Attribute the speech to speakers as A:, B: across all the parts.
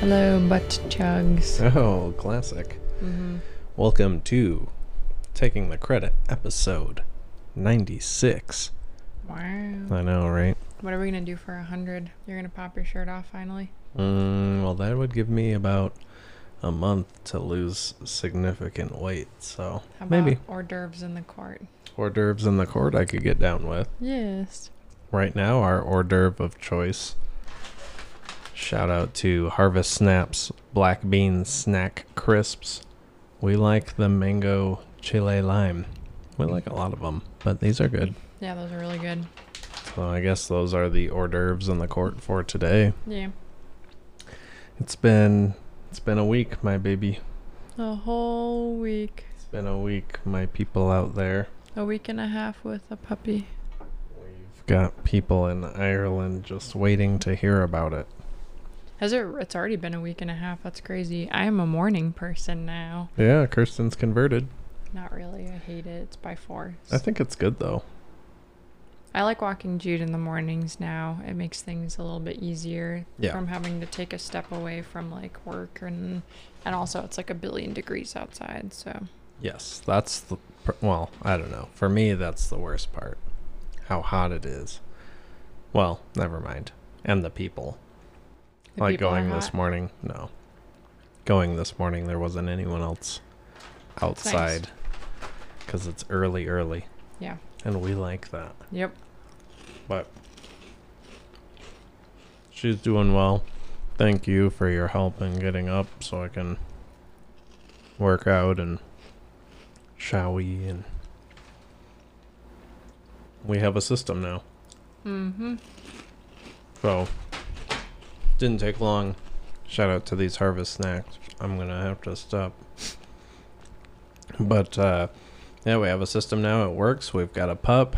A: Hello, butt chugs. Mm-hmm.
B: Oh, classic. Welcome to Taking the Credit, episode 96.
A: Wow.
B: I know, right?
A: What are we gonna do for a hundred? You're gonna pop your shirt off finally.
B: Mm, well, that would give me about a month to lose significant weight, so
A: How about
B: maybe
A: hors d'oeuvres in the court?
B: hors d'oeuvres in the court I could get down with.
A: Yes.
B: Right now, our hors d'oeuvre of choice. Shout out to Harvest Snaps Black Bean Snack Crisps. We like the mango chile lime. We like a lot of them, but these are good.
A: Yeah, those are really good.
B: So I guess those are the hors d'oeuvres in the court for today.
A: Yeah.
B: It's been it's been a week, my baby.
A: A whole week.
B: It's been a week, my people out there.
A: A week and a half with a puppy.
B: We've got people in Ireland just waiting to hear about it.
A: Has it it's already been a week and a half, that's crazy. I am a morning person now.
B: Yeah, Kirsten's converted.
A: Not really, I hate it. It's by force.
B: I think it's good though.
A: I like walking Jude in the mornings now. It makes things a little bit easier
B: Yeah.
A: from having to take a step away from like work and and also it's like a billion degrees outside, so
B: Yes, that's the pr- well. I don't know. For me, that's the worst part. How hot it is. Well, never mind. And the people.
A: the
B: like
A: people are
B: going this
A: hot.
B: morning, no. Going this morning, there wasn't anyone else
A: nice.
B: outside because it's early, early,
A: Yeah.
B: and we like that.
A: Yep.
B: But she's doing well. Thank you for your help in getting up so I can work out and showy and we have a system now.
A: Mhm.
B: So didn't take long. Shout out to these harvest snacks. I'm gonna have to stop. But uh yeah, we have a system now, it works. We've got a pup.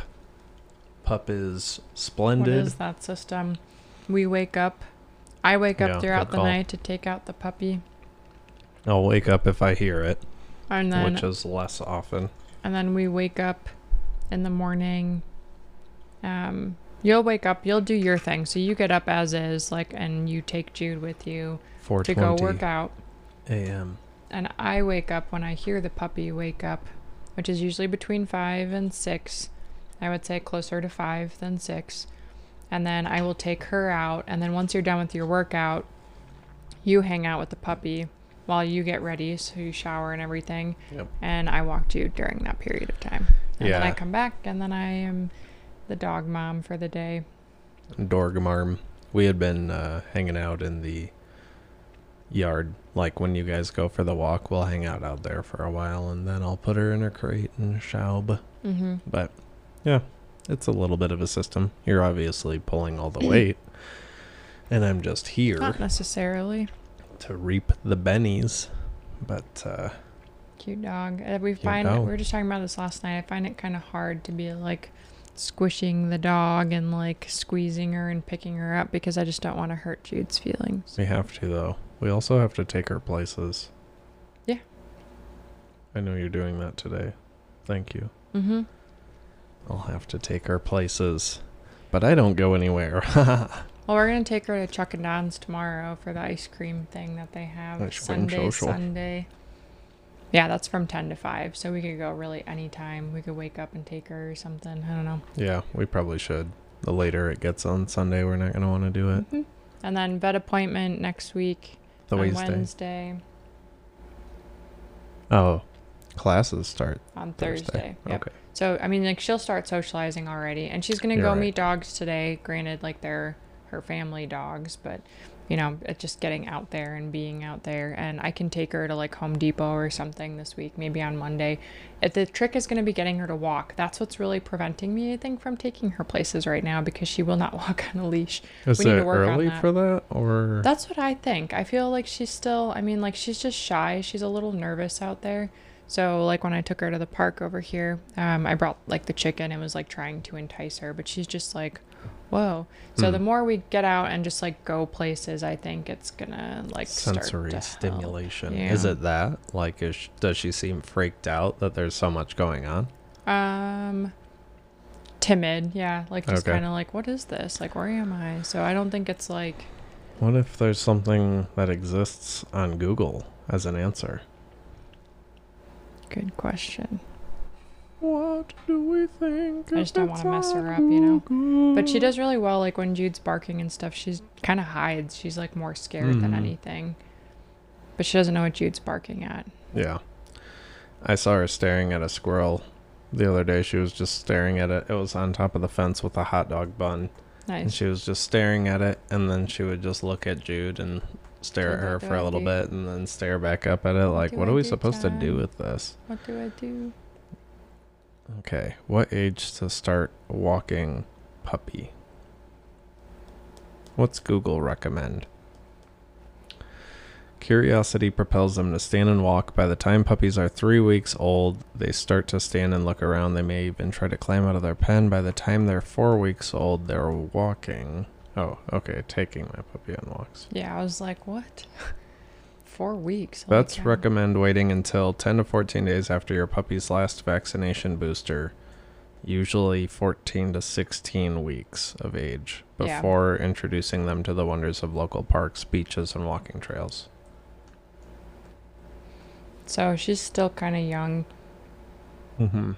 B: Pup is
A: What
B: splendid.
A: is that system? We wake up. I wake up
B: Yeah,
A: throughout
B: good
A: the
B: call.
A: night to take out the puppy
B: I'll wake up if I hear it,
A: and then
B: which is less often.
A: and then we wake up in the morning um you'll wake up you'll do your thing so you get up as is like and you take jude with you to go
B: 4:20
A: work out
B: a.m.
A: and I wake up when I hear the puppy wake up, which is usually between five and six. I would say closer to five than six. And then I will take her out. And then once you're done with your workout, you hang out with the puppy while you get ready. So you shower and everything.
B: Yep.
A: And I walked you during that period of time. And then I
B: Yeah.
A: come back and then I am the dog mom for the day.
B: Dorgamarm. We had been uh, hanging out in the yard. Like when you guys go for the walk, we'll hang out out there for a while, and then I'll put her in her crate and shaub.
A: Mm-hmm.
B: But yeah, it's a little bit of a system. You're obviously pulling all the weight, and I'm just
A: Not
B: here
A: necessarily.
B: to reap the bennies. But uh,
A: Cute dog. Uh, We
B: Cute
A: find
B: dog.
A: we were just talking about this last night. I find it kind of hard to be like squishing the dog and like squeezing her and picking her up because I just don't want to hurt Jude's feelings.
B: we have to though. We also have to take her places.
A: Yeah.
B: I know you're doing that today. Thank you.
A: Mm-hmm.
B: I'll have to take our places. But I don't go anywhere.
A: Well, we're gonna take her to Chuck and Don's tomorrow for the ice cream thing that they have
B: Ice cream
A: Sunday.
B: social.
A: Sunday. Yeah, that's from ten to five, so we could go really any time. We could wake up and take her or something. I don't know.
B: yeah, we probably should. The later it gets on Sunday, we're not going to want to do it.
A: And then vet appointment next week
B: The
A: on
B: Wednesday.
A: Wednesday,
B: Oh, classes start
A: on
B: Thursday.
A: Thursday. Yep.
B: Okay.
A: So I mean, like she'll start socializing already, and she's gonna
B: You're
A: go
B: right.
A: meet dogs today. Granted, like they're her family dogs, but you know, it's just getting out there and being out there. And I can take her to like Home Depot or something this week, maybe on Monday. If the trick is gonna be getting her to walk, that's what's really preventing me, I think, from taking her places right now because she will not walk on a leash.
B: Is
A: We need to
B: it
A: work on
B: early
A: that.
B: for that? Or
A: That's what I think. I feel like she's still, I mean, like she's just shy. She's a little nervous out there. So, like when I took her to the park over here, um, I brought like the chicken and was like trying to entice her, but she's just like, whoa.
B: Hmm.
A: So, the more we get out and just like go places, I think it's gonna like start
B: sensory
A: to help.
B: stimulation? Is
A: Yeah.
B: it that? Like, is sh- does she seem freaked out that there's so much going on?
A: Um, timid, yeah. Like just
B: Okay.
A: kind of like, what is this? Like, where am I? So, I don't think it's like
B: What if there's something that exists on Google as an answer?
A: Good question.
B: What do we think?
A: I just don't
B: if
A: wanna
B: it's
A: mess her
B: on
A: up, you know?
B: Google?
A: But she does really well. Like when Jude's barking and stuff, she's kind of hides. She's like more scared than
B: Mhm.
A: anything. But she doesn't know what Jude's barking at.
B: Yeah. I saw her staring at a squirrel the other day. She was just staring at it. It was on top of the fence with a hot dog bun. And
A: Nice.
B: she was just staring at it. And then she would just look at Jude and stare at
A: What
B: her
A: do
B: for
A: I
B: a little
A: do?
B: bit and then stare back up at it. Like,
A: do
B: what
A: I
B: are we
A: do,
B: supposed to do
A: John?"
B: with this?
A: What do I do?
B: Okay. What age to start walking puppy? What's Google recommend? Curiosity propels them to stand and walk. By the time puppies are three weeks old, they start to stand and look around. They may even try to climb out of their pen. By the time they're four weeks old, they're walking. Oh, okay. Taking my puppy on walks.
A: Yeah, I was like, what? Four weeks. Holy
B: Vets
A: cow.
B: recommend waiting until 10 to 14 days after your puppy's last vaccination booster, usually 14 to 16 weeks of age,
A: Yeah.
B: before introducing them to the wonders of local parks, beaches, and walking trails.
A: So she's still kind of young.
B: Mm-hmm.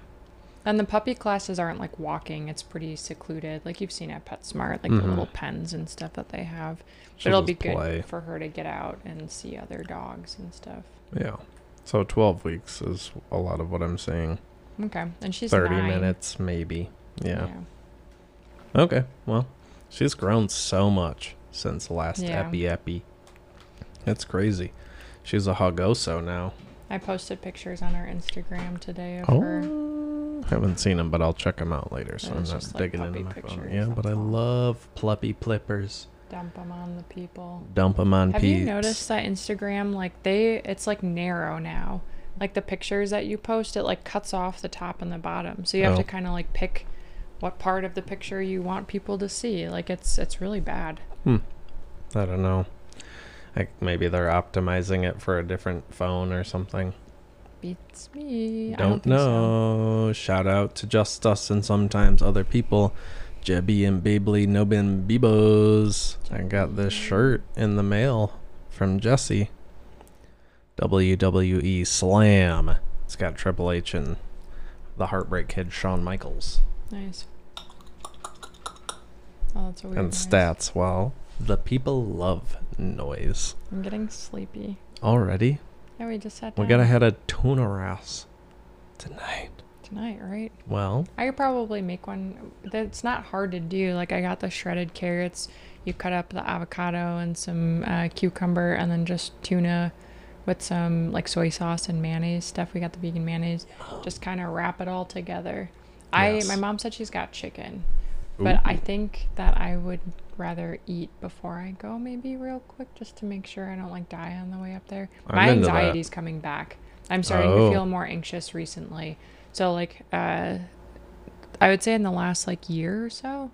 A: And the puppy classes aren't like walking. It's pretty secluded. Like you've seen at PetSmart, like the
B: Mhm.
A: little pens and stuff that they have. But it'll be good for her to get out and see other dogs and stuff.
B: Yeah. So 12 weeks is a lot of what I'm saying.
A: Okay. And she's
B: 30
A: nine.
B: minutes, maybe. Yeah. Okay. Well, she's grown so much since last
A: Yeah.
B: Epi Epi. That's crazy. She's a hogoso now.
A: I posted pictures on our Instagram today of
B: Oh,
A: her.
B: haven't seen them, but I'll check them out later. So
A: It
B: I'm
A: was
B: not
A: just, like,
B: digging
A: puppy
B: into my phone.
A: pictures,
B: Yeah, but I
A: that's all.
B: love pluppy plippers.
A: Dump them on the people.
B: Dump them on
A: Have
B: peeps.
A: you noticed that Instagram, like they, it's like narrow now. Like the pictures that you post, it like cuts off the top and the bottom. So you have
B: Oh.
A: to kind of like pick what part of the picture you want people to see. Like it's, it's really bad.
B: I don't know. Like maybe they're optimizing it for a different phone or something.
A: Beats me. I
B: don't,
A: think so.
B: know. Shout out to just us and sometimes other people. Jebby and Bibly Nobin Bibos. I got this shirt in the mail from Jesse. WWE Slam. It's got Triple H and the Heartbreak Kid Shawn Michaels.
A: Nice. Oh, that's a weird
B: and
A: noise.
B: stats. Well, the people love noise.
A: I'm getting sleepy.
B: Already?
A: Yeah, we just sat down
B: We gotta head a tuna rouse tonight.
A: tonight, right?
B: Well,
A: I could probably make one. That's not hard to do. Like I got the shredded carrots. You cut up the avocado and some uh, cucumber, and then just tuna with some like soy sauce and mayonnaise stuff. We got the vegan mayonnaise. Just kind of wrap it all together.
B: Yes.
A: I my mom said she's got chicken, but I think that I would rather eat before I go, maybe real quick, just to make sure I don't like die on the way up there.
B: I'm
A: My
B: into that.
A: anxiety's coming back. I'm starting
B: Oh.
A: to feel more anxious recently. So like uh I would say in the last like year or so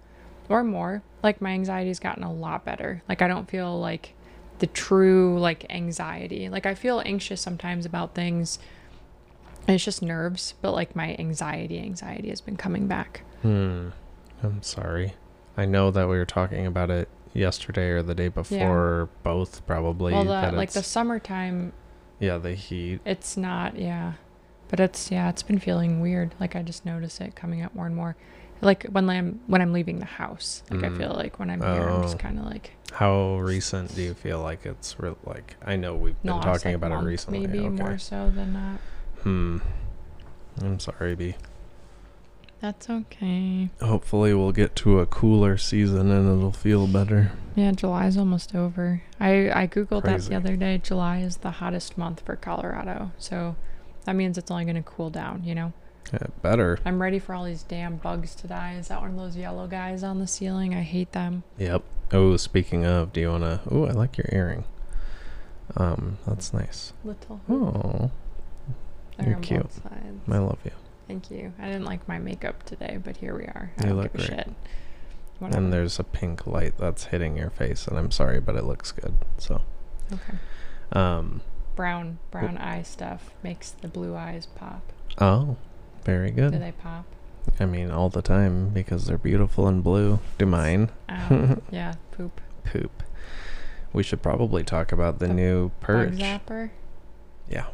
A: or more, like my anxiety's gotten a lot better. Like I don't feel like the true like anxiety. Like I feel anxious sometimes about things. And it's just nerves, but like my anxiety anxiety has been coming back.
B: Hmm. I'm sorry. I know that we were talking about it yesterday or the day before, both probably.
A: Well,
B: that
A: the, like the
B: it's-
A: summertime,
B: yeah, the heat.
A: it's not, yeah. But it's yeah, it's been feeling weird. Like I just notice it coming up more and more. Like when I'm when I'm leaving the house, like I
B: Mm.
A: feel like when I'm here, I'm
B: Oh.
A: just kind of like
B: How recent do you feel like it's re- like? I know we've been
A: no,
B: talking about it recently.
A: maybe
B: okay.
A: more so than not.
B: Hmm. I'm sorry, B.
A: That's okay.
B: Hopefully, we'll get to a cooler season and it'll feel better.
A: Yeah, July's almost over. I I googled that
B: Crazy.
A: the other day. July is the hottest month for Colorado, so that means it's only going to cool down. You know,
B: Yeah, better.
A: I'm ready for all these damn bugs to die. Is that one of those yellow guys on the ceiling? I hate them.
B: Yep. Oh, speaking of, do you wanna? Oh, I like your earring. Um, that's nice.
A: Little.
B: Oh,
A: They're
B: You're
A: on
B: cute.
A: both sides.
B: I love you.
A: Thank you. I didn't like my makeup today, but here we are. I
B: You
A: don't
B: look
A: give a
B: great.
A: shit. Whatever.
B: And there's a pink light that's hitting your face, and I'm sorry, but it looks good. So,
A: okay.
B: um,
A: Brown brown eye stuff makes the blue eyes pop.
B: oh, very
A: Do
B: good.
A: they pop?
B: I mean, all the time because they're beautiful and blue. Do mine?
A: Um, yeah, poop.
B: Poop. We should probably talk about the,
A: The
B: new
A: Bug
B: purge.
A: zapper.
B: Yeah,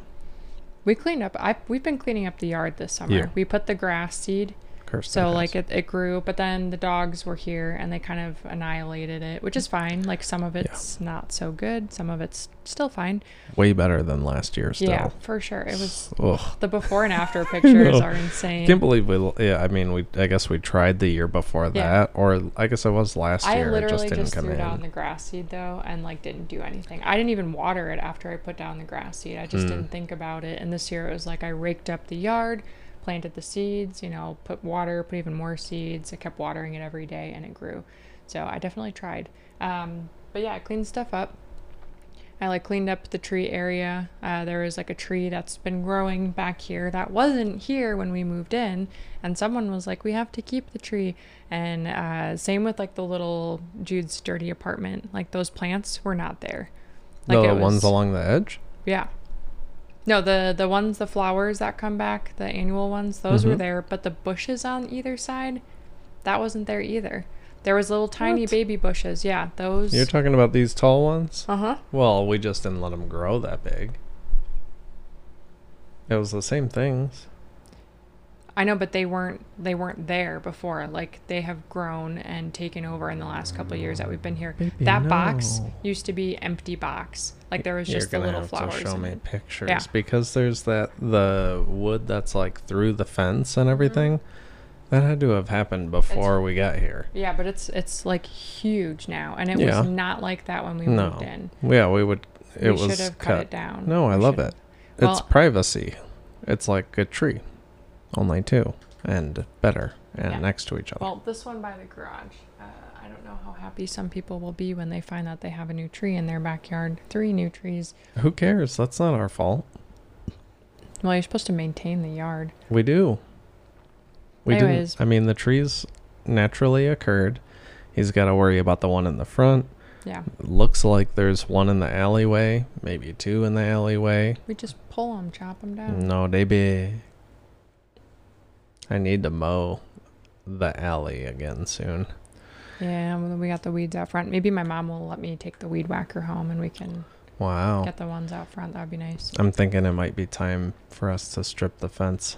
A: We cleaned up. I we've been cleaning up the yard this summer.
B: Yeah.
A: We put the grass seed,
B: curse.
A: so
B: that
A: like
B: house.
A: it, it grew, but then the dogs were here and they kind of annihilated it, which is fine. Like some of it's not so good, some of it's still fine.
B: way better than last year. Still.
A: Yeah, for sure. It was
B: Ugh.
A: the before and after pictures
B: know.
A: are insane.
B: Can't believe we. l- Yeah, I mean, we. I guess we tried the year before
A: Yeah.
B: that, or I guess it was last
A: I
B: year. it
A: literally
B: just didn't
A: just,
B: come
A: threw
B: in.
A: down the grass seed though, and like didn't do anything. I didn't even water it after I put down the grass seed. I
B: Hmm.
A: just didn't think about it. And this year it was like I raked up the yard, planted the seeds, you know, put water, put even more seeds. I kept watering it every day, and it grew. So I definitely tried. Um, but yeah, I cleaned stuff up. I like cleaned up the tree area. Uh, there was like a tree that's been growing back here that wasn't here when we moved in, and someone was like, "We have to keep the tree." And uh, same with like the little Jude's dirty apartment. Like those plants were not there. Like
B: No,
A: it
B: the
A: was-
B: ones along the edge.
A: yeah. No, the the ones the flowers that come back, the annual ones, those were
B: Mhm.
A: there, but the bushes on either side, that wasn't there either. There was little tiny baby bushes. Yeah, those.
B: You're talking about these tall ones.
A: uh huh.
B: Well, we just didn't let them grow that big. It was the same things.
A: I know, but they weren't they weren't there before. Like they have grown and taken over in the last couple of years that we've been here.
B: Baby,
A: that box
B: no.
A: used to be empty box. Like there was
B: You're
A: just the
B: gonna
A: little
B: have
A: flowers.
B: to show
A: in
B: me
A: it.
B: pictures
A: Yeah.
B: because there's that the wood that's like through the fence and everything.
A: Mm-hmm.
B: That had to have happened before we got here.
A: Yeah, but it's it's like huge now, and it
B: Yeah.
A: was not like that when we
B: No.
A: moved in.
B: Yeah, we would. It
A: we
B: was
A: should have cut. it down.
B: No, I
A: We
B: love
A: should-
B: it. it's
A: Well-
B: privacy. It's like a tree, only two and better and
A: Yeah.
B: next to each other.
A: Well, this one by the garage. Uh, I don't know how happy some people will be when they find out they have a new tree in their backyard. Three new trees.
B: Who cares? That's not our fault.
A: Well, you're supposed to maintain the yard.
B: We do. We do.
A: Anyways.
B: I mean, the trees naturally occurred. He's got to worry about the one in the front.
A: Yeah,
B: Looks like there's one in the alleyway, maybe two in the alleyway.
A: we just pull them, chop them down.
B: No, they be. I need to mow the alley again soon.
A: Yeah, well, we got the weeds out front. Maybe my mom will let me take the weed whacker home and we can
B: Wow.
A: get the ones out front. That would be nice.
B: I'm thinking it might be time for us to strip the fence.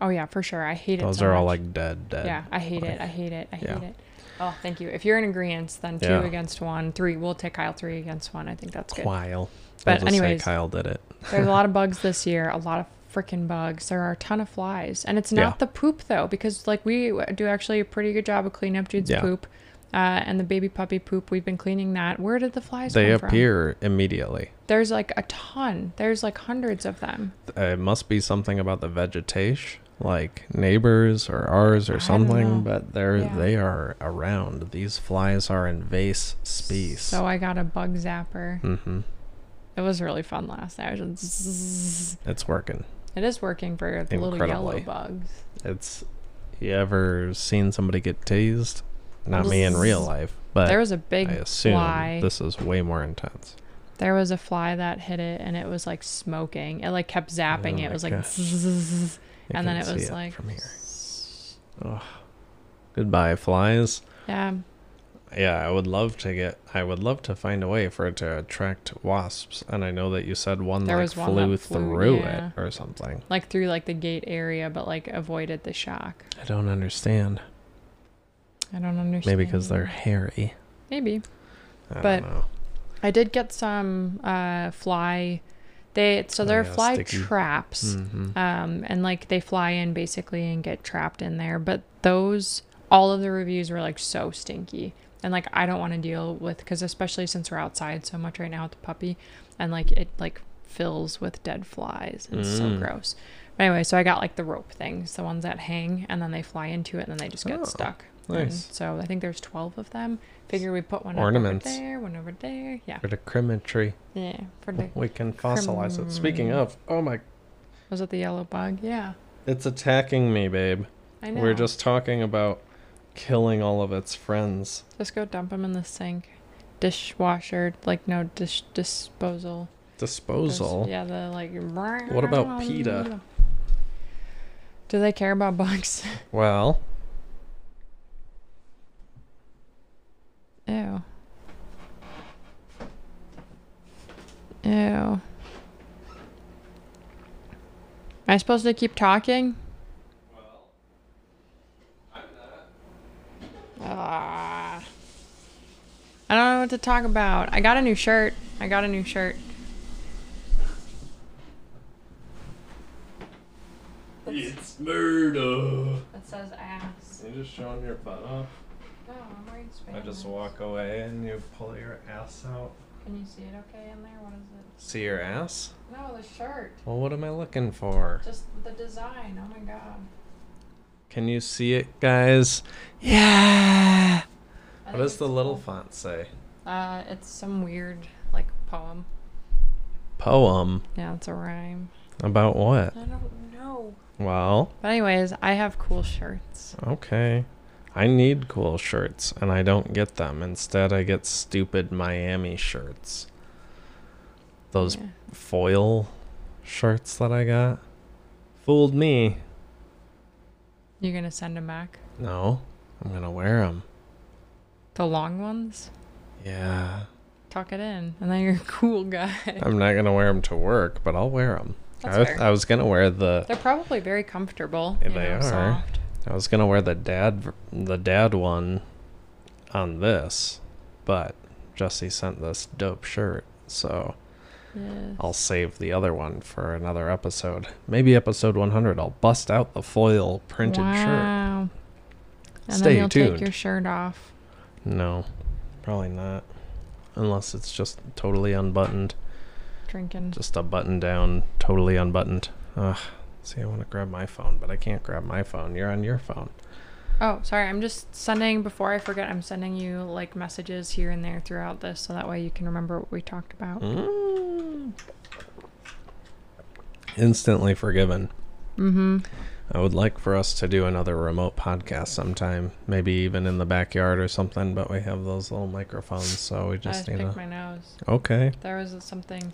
A: Oh yeah, for sure. I hate it.
B: Those
A: so
B: are all
A: much.
B: like dead, dead.
A: Yeah, I hate
B: like-
A: it. I hate it. I hate
B: Yeah.
A: it. Oh, thank you. If you're in agreement, then two
B: Yeah.
A: against one, three. We'll take Kyle three against one. I think that's good.
B: Kyle.
A: But
B: They'll just say
A: anyways-
B: Kyle did it.
A: There's a lot of bugs this year. A lot of freaking bugs. There are a ton of flies, and it's not
B: Yeah.
A: the poop though, because like we w- do actually a pretty good job of cleaning up Jude's
B: Yeah.
A: poop, uh, and the baby puppy poop. We've been cleaning that. Where did the flies
B: They
A: come from?
B: appear immediately.
A: There's like a ton. There's like hundreds of them.
B: It must be something about the vegetation, like neighbors or ours
A: I
B: or
A: don't know.
B: something. But they're
A: Yeah.
B: they are around. These flies are invase species.
A: So I got a bug zapper.
B: mm-hmm.
A: It was really fun last night. I was just zzzz.
B: It's working.
A: It is working for the little yellow
B: Incredibly.
A: bugs.
B: It's you ever seen somebody get tased? Not me in real
A: Bzzz.
B: life, but
A: there was a
B: I
A: big
B: assume
A: fly.
B: this is way more intense.
A: There was a fly that hit it, and it was like smoking. It like kept zapping.
B: Oh
A: it
B: my
A: was like,
B: gosh.
A: zzzz.
B: I
A: and then
B: can
A: it
B: see
A: was like,
B: from here.
A: zzzz.
B: Goodbye, flies.
A: yeah,
B: Yeah, I would love to get. I would love to find a way for it to attract wasps. And I know that you said one
A: There
B: like
A: was one
B: flew,
A: that flew,
B: through
A: yeah.
B: it or something.
A: like through like the gate area, but like avoided the shock.
B: I don't understand.
A: I don't understand.
B: Maybe because they're hairy.
A: maybe.
B: I
A: But-
B: don't know.
A: I did get some uh, fly. They so
B: Oh,
A: they're
B: yeah,
A: fly
B: sticky.
A: traps.
B: Mhm.
A: um, and like they fly in basically and get trapped in there. But those, all of the reviews were like so stinky, and like I don't want to deal with because especially since we're outside so much right now with the puppy, and like it like fills with dead flies and it's so
B: Mm.
A: gross. But anyway, so I got like the rope things, the ones that hang, and then they fly into it and then they just get
B: Oh,
A: stuck.
B: nice.
A: And so I think there's twelve of them. Figure we put one up
B: Ornaments.
A: over there, one over there. Yeah,
B: For the crematory,
A: yeah. For the
B: we can fossilize it. Speaking
A: Crem-
B: of, oh my,
A: was it the yellow bug? Yeah,
B: it's attacking me, babe.
A: I know.
B: We're just talking about killing all of its friends.
A: Just go dump them in the sink. Dishwasher, like no dish disposal. There's-
B: Disposal.
A: Yeah, the like.
B: What about PETA?
A: Do they care about bugs?
B: Well,
A: Ew. Ew. Am I supposed to keep talking? Ah. I don't know what to talk about. I got a new shirt. I got a new shirt.
B: It's murder.
A: That says ass.
B: You're just showing your butt off.
A: No, I'm wearing
B: I just walk away and you pull your ass out.
A: Can you see it okay in there? What is it?
B: See your ass?
A: No, the shirt.
B: Well, what am I looking for?
A: Just the design. Oh my god.
B: Can you see it, guys? Yeah.
A: I
B: What
A: think
B: does the
A: it's
B: little
A: cool.
B: font say?
A: Uh, it's some weird like poem.
B: Poem.
A: Yeah, it's a rhyme.
B: About what?
A: I don't know.
B: Well,
A: But anyways, I have cool shirts.
B: Oh. okay. I need cool shirts and I don't get them. Instead, I get stupid Miami shirts. Those
A: Yeah.
B: foil shirts that I got fooled me.
A: You're gonna send them back?
B: No, I'm gonna wear them.
A: The long ones?
B: Yeah.
A: Tuck it in, and then you're a cool guy.
B: I'm not gonna wear them to work, but I'll wear them.
A: That's
B: I was,
A: fair.
B: I was gonna wear the
A: They're probably very comfortable.
B: Yeah,
A: you
B: they
A: know,
B: are.
A: Soft.
B: I was gonna wear the dad ver- the dad one on this, but Jesse sent this dope shirt, so
A: Yes.
B: I'll save the other one for another episode. Maybe episode 100. I'll bust out the foil printed shirt.
A: wow. And
B: Stay
A: then you'll
B: tuned.
A: take your shirt off.
B: No, probably not, unless it's just totally unbuttoned,
A: Drinking.
B: just a button down, totally unbuttoned. Ugh. See, I want to grab my phone, but I can't grab my phone. You're on your phone.
A: Oh, sorry. I'm just sending, before I forget, I'm sending you like messages here and there throughout this so that way you can remember what we talked about.
B: Mm. Instantly forgiven.
A: Mm-hmm.
B: I would like for us to do another remote podcast sometime, maybe even in the backyard or something, but we have those little microphones, so we
A: I
B: just Oh.
A: just
B: need
A: picked
B: to.
A: my nose.
B: Okay.
A: There was something.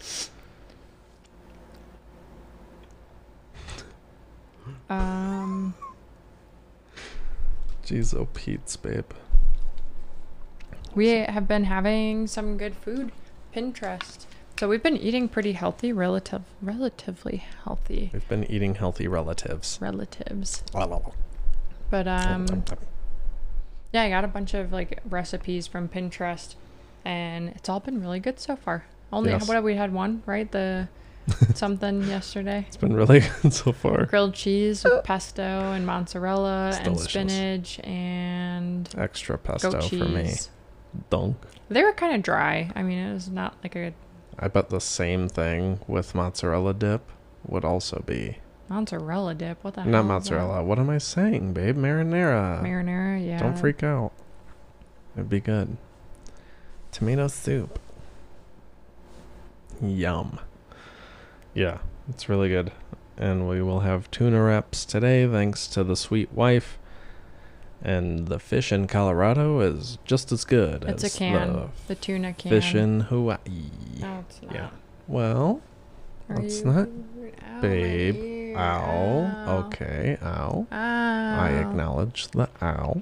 A: Um,
B: Jeez, oh Pete's babe.
A: we have been having some good food, Pinterest. So we've been eating pretty healthy, relative, relatively healthy
B: We've been eating healthy relatives.
A: relatives.
B: Um,
A: But um, yeah, I got a bunch of like recipes from Pinterest, and it's all been really good so far. Only
B: Yes.
A: what have we had one right the something yesterday.
B: it's been really good so far.
A: grilled cheese with pesto and mozzarella
B: Uh. It's
A: and
B: delicious.
A: spinach and
B: Extra pesto
A: goat
B: for me.
A: cheese.
B: Donk.
A: They were kind of dry. I mean, it was not like a
B: I bet the same thing with mozzarella dip would also be.
A: mozzarella dip. What the hell?
B: Not
A: is that?
B: mozzarella. What am I saying, babe? Marinara.
A: Marinara, yeah.
B: Don't freak out. It'd be good. Tomato soup. Yum. Yeah, it's really good. And we will have tuna wraps today, thanks to the sweet wife. And the fish in Colorado is just as good
A: It's a
B: as
A: can.
B: the
A: The, tuna can.
B: fish in Hawaii.
A: No, it's not.
B: Yeah. Well,
A: Are
B: It's
A: you
B: not.
A: weird? Ow, my
B: Babe.
A: ear.
B: ow.
A: Ow.
B: Okay, ow.
A: Ow.
B: I acknowledge the ow.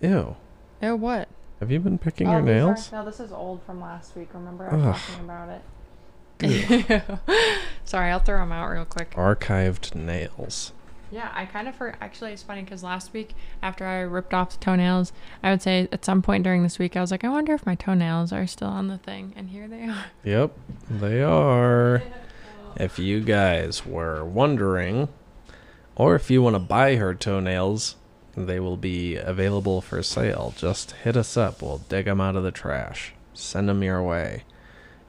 B: Ew.
A: Oh, what?
B: Have you been picking
A: oh,
B: your
A: these are-
B: nails?
A: no, this is old from last week. Remember, I was
B: Ugh.
A: talking about it. Sorry, I'll throw them out real quick.
B: archived nails.
A: Yeah, I kind of for actually it's funny because last week after I ripped off the toenails, I would say at some point during this week I was like, I wonder if my toenails are still on the thing, and here they are.
B: Yep, they are. If you guys were wondering, or if you want to buy her toenails, they will be available for sale. Just hit us up. We'll dig them out of the trash. Send them your way.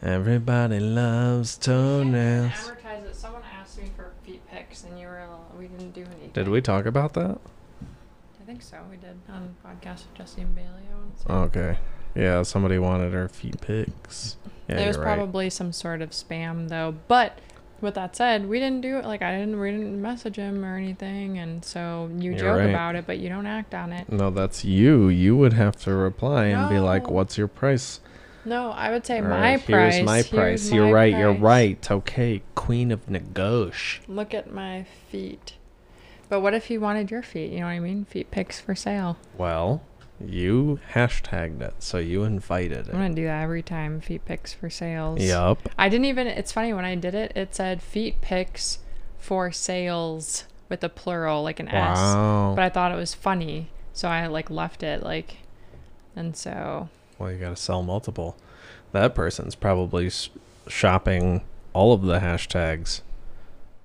B: Everybody loves toenails.
A: Advertise it. Someone asked me for feet pics, and you were we didn't do anything.
B: Did we talk about that?
A: I think so. We did on the podcast with Jesse and Bailey. I want to say.
B: Okay. Yeah, somebody wanted her feet pics. Yeah,
A: there was
B: you're right.
A: probably some sort of spam though. But with that said, we didn't do it. Like I didn't, we didn't message him or anything, and so you
B: You're
A: joke
B: right.
A: about it, but you don't act on it.
B: no, that's you. You would have to reply and be like,
A: No.
B: "What's your price?"
A: No, I would say
B: All
A: my
B: right,
A: price.
B: Here's my price.
A: Here's
B: you're
A: my
B: right. You're
A: price.
B: right. Okay, Queen of Negosh.
A: Look at my feet. But what if he wanted your feet? You know what I mean? Feet pics for sale.
B: Well, You hashtagged it, so you invited
A: I'm
B: it.
A: gonna do that every time feet pics for sales.
B: Yup.
A: I didn't even. It's funny when I did it, it said feet pics for sales with a plural, like an S.
B: Wow.
A: But I thought it was funny, so I like left it like, and so
B: Well, you got to sell multiple. That person's probably s- shopping all of the hashtags.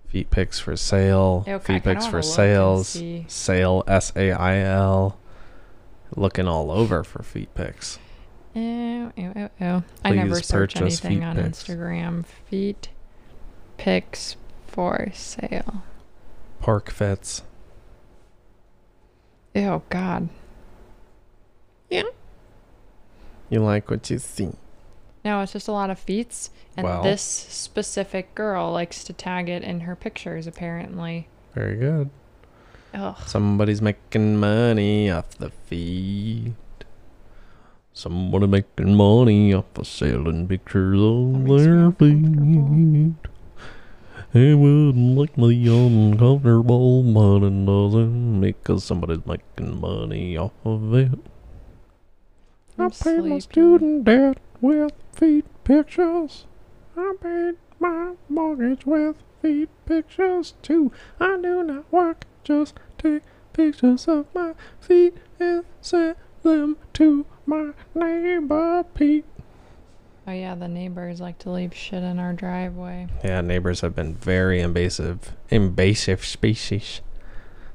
B: Feet pics for sale.
A: Ew, I
B: feet
A: kinda
B: pics
A: wanna
B: for
A: look and
B: sales.
A: see.
B: Sale S A I L. Looking all over for feet pics.
A: ew, ew, ew, ew. I never
B: Please
A: search
B: purchase
A: anything
B: feet
A: on
B: pics.
A: Instagram. Feet pics for sale.
B: Park fits.
A: Ew, God.
B: You like what you see.
A: No, it's just a lot of feats, and
B: Well.
A: this specific girl likes to tag it in her pictures. Apparently,
B: Very good.
A: ugh.
B: Somebody's making money off the feet. Somebody making money off of selling pictures on
A: makes me
B: their
A: uncomfortable.
B: feet. It wouldn't make me uncomfortable, but it doesn't because somebody's making money off of it. I
A: I'm
B: paid my
A: sleepy.
B: student debt with feet pictures. I paid my mortgage with feet pictures too. I do not work, just take pictures of my feet and send them to my neighbor Pete.
A: Oh yeah, the neighbors like to leave shit in our driveway.
B: Yeah, neighbors have been very invasive. Invasive species.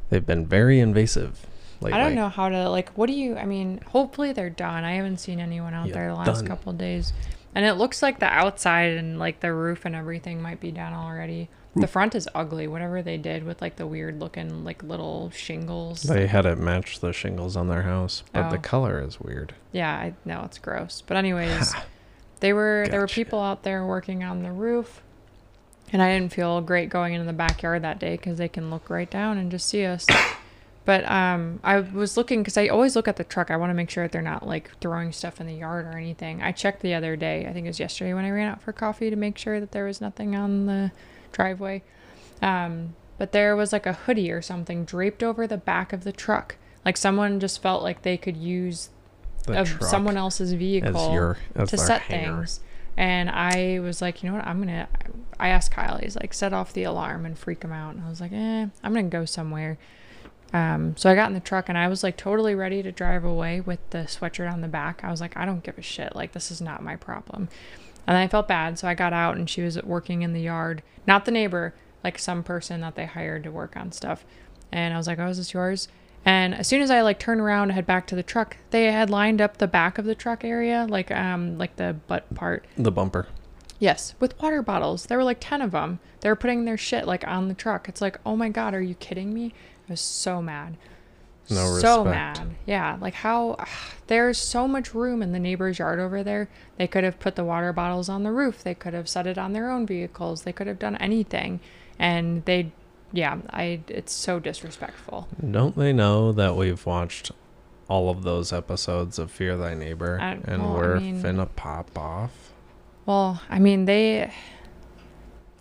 B: They've been very invasive lately.
A: I don't know how to like. What do you? I mean, hopefully they're done. I haven't seen anyone out
B: Yeah,
A: there the last
B: done.
A: couple days, and it looks like the outside and like the roof and everything might be done already. The front is ugly. Whatever they did with like the weird looking like little shingles.
B: They had it match the shingles on their house, but the
A: Oh.
B: color is weird.
A: yeah, I know it's gross. But anyways, they were there were
B: Gotcha.
A: people out there working on the roof. And I didn't feel great going into the backyard that day because they can look right down and just see us. But um, I was looking because I always look at the truck. I want to make sure that they're not like throwing stuff in the yard or anything. I checked the other day. I think it was yesterday when I ran out for coffee to make sure that there was nothing on the driveway. Um, but there was like a hoodie or something draped over the back of the truck. Like someone just felt like they could use
B: The
A: of
B: truck
A: someone else's
B: as
A: vehicle
B: your as
A: to
B: their
A: set
B: hanger.
A: things. And I was like, you know what? I'm gonna. I asked Kyle. He's like, set off the alarm and freak him out. And I was like, eh, I'm gonna go somewhere. Um, so I got in the truck and I was like totally ready to drive away with the sweatshirt on the back. I was like, I don't give a shit. Like this is not my problem. And I felt bad, so I got out and she was working in the yard. Not the neighbor, like some person that they hired to work on stuff. And I was like, "Oh, is this yours?" And as soon as I like turned around and head back to the truck, they had lined up the back of the truck area, like um like the butt part.
B: The bumper.
A: Yes, with water bottles. There were like 10 of them. They were putting their shit like on the truck. It's like, "Oh my god, are you kidding me?" I was so mad.
B: No respect.
A: So mad. Yeah, like how ugh, there's so much room in the neighbor's yard over there. They could have put the water bottles on the roof. They could have set it on their own vehicles. They could have done anything. And they yeah, I it's so disrespectful.
B: Don't they know that we've watched all of those episodes of Fear Thy Neighbor
A: I-
B: and
A: well, I
B: we're
A: mean-
B: finna pop off?
A: Well, I mean, they.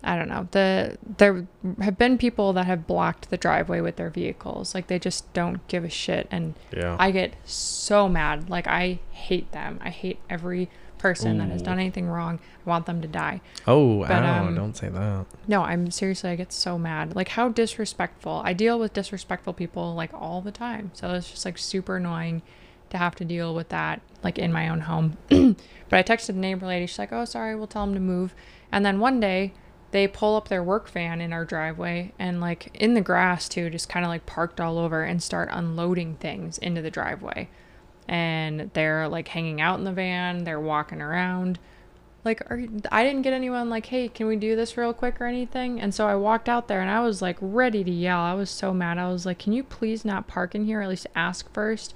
A: I don't know. The there have been people that have blocked the driveway with their vehicles. Like they just don't give a shit, and
B: Yeah.
A: I get so mad. Like I hate them. I hate every person that has
B: Ooh.
A: done anything wrong. I want them to die.
B: oh,
A: but,
B: ow,
A: um,
B: don't say that.
A: No, I'm seriously. I get so mad. Like how disrespectful. I deal with disrespectful people like all the time. So it's just like super annoying to have to deal with that like in my own home. but I texted the neighbor lady. She's like, "Oh, sorry, we'll tell them to move." And then one day, they pull up their work van in our driveway and like in the grass too, just kind of like parked all over and start unloading things into the driveway. And they're like hanging out in the van. They're walking around. Like, are you, I didn't get anyone like, "Hey, can we do this real quick or anything?" And so I walked out there and I was like ready to yell. I was so mad. I was like, "Can you please not park in here? Or at least ask first?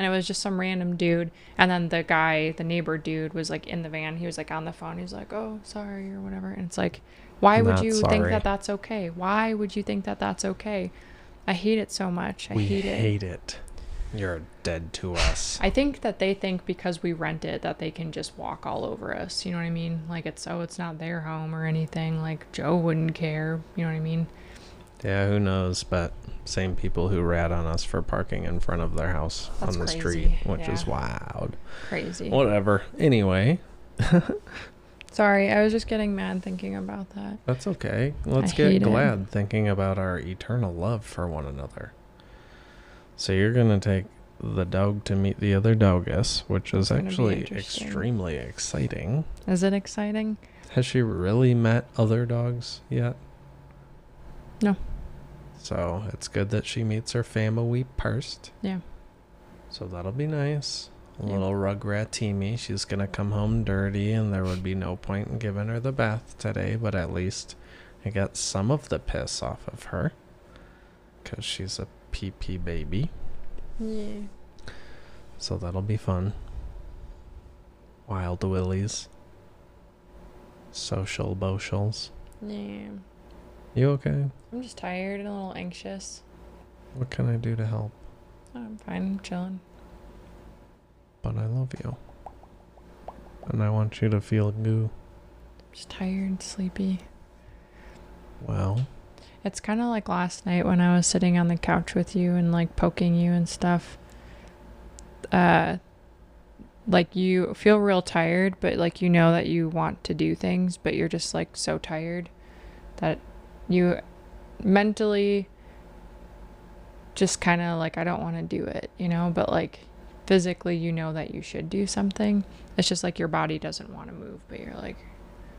A: and it was just some random dude. And then the guy, the neighbor dude, was like in the van. He was like on the phone. He was like, "Oh, sorry" or whatever. And it's like, why would
B: Not
A: you think
B: sorry.
A: that that's okay? Why would you think that that's okay? I hate it so much. I
B: we
A: hate, it.
B: hate it. You're dead to us.
A: I think that they think because we rent it that they can just walk all over us. You know what I mean? Like it's oh, it's not their home or anything. Like Joe wouldn't care. You know what I mean?
B: Yeah, who knows? But same people who rat on us for parking in front of their house
A: That's
B: on the
A: crazy.
B: street, which is
A: Yeah.
B: wild.
A: Crazy.
B: Whatever. Anyway,
A: Sorry, I was just getting mad thinking about that.
B: that's okay. Let's
A: I
B: get
A: hate it.
B: glad thinking about our eternal love for one another. So you're gonna take the dog to meet the other dogus, which is
A: gonna be
B: actually
A: interesting.
B: extremely exciting.
A: Is it exciting?
B: Has she really met other dogs yet?
A: No.
B: So it's good that she meets her family first.
A: Yeah.
B: So that'll be nice. A
A: Yeah.
B: little rugrat teamy. She's gonna come home dirty, and there would be no point in giving her the bath today. But at least I got some of the piss off of her, cause she's a pee pee baby.
A: Yeah.
B: So that'll be fun. Wild willies. Social botials.
A: Yeah.
B: You okay?
A: I'm just tired and a little anxious.
B: What can I do to help?
A: Oh, I'm fine. I'm chilling.
B: But I love you. And I want you to feel goo.
A: just tired, sleepy.
B: Well,
A: It's kind of like last night when I was sitting on the couch with you and like poking you and stuff. Uh, like you feel real tired, but like you know that you want to do things, but you're just like so tired that you mentally just kind of like, I don't want to do it, you know, but like physically, you know that you should do something. It's just like your body doesn't want to move, but you're like,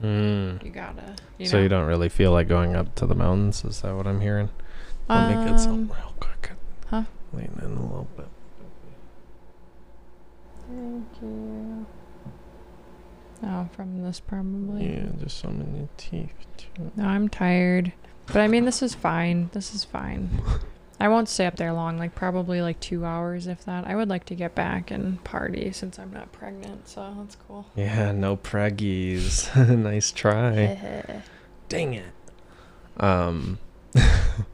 B: mm.
A: you gotta.
B: so
A: know?
B: you don't really feel like going up to the mountains? Is that what I'm hearing? Let me get some real quick.
A: Um, huh?
B: Lean in a little bit.
A: Thank you. Oh, from this probably.
B: Yeah, just some in your teeth. Too.
A: No, I'm tired. But I mean, this is fine. This is fine. I won't stay up there long, like probably like two hours, if that. I would like to get back and party since I'm not pregnant, so that's cool.
B: Yeah, no preggies. nice try. Dang it. Um.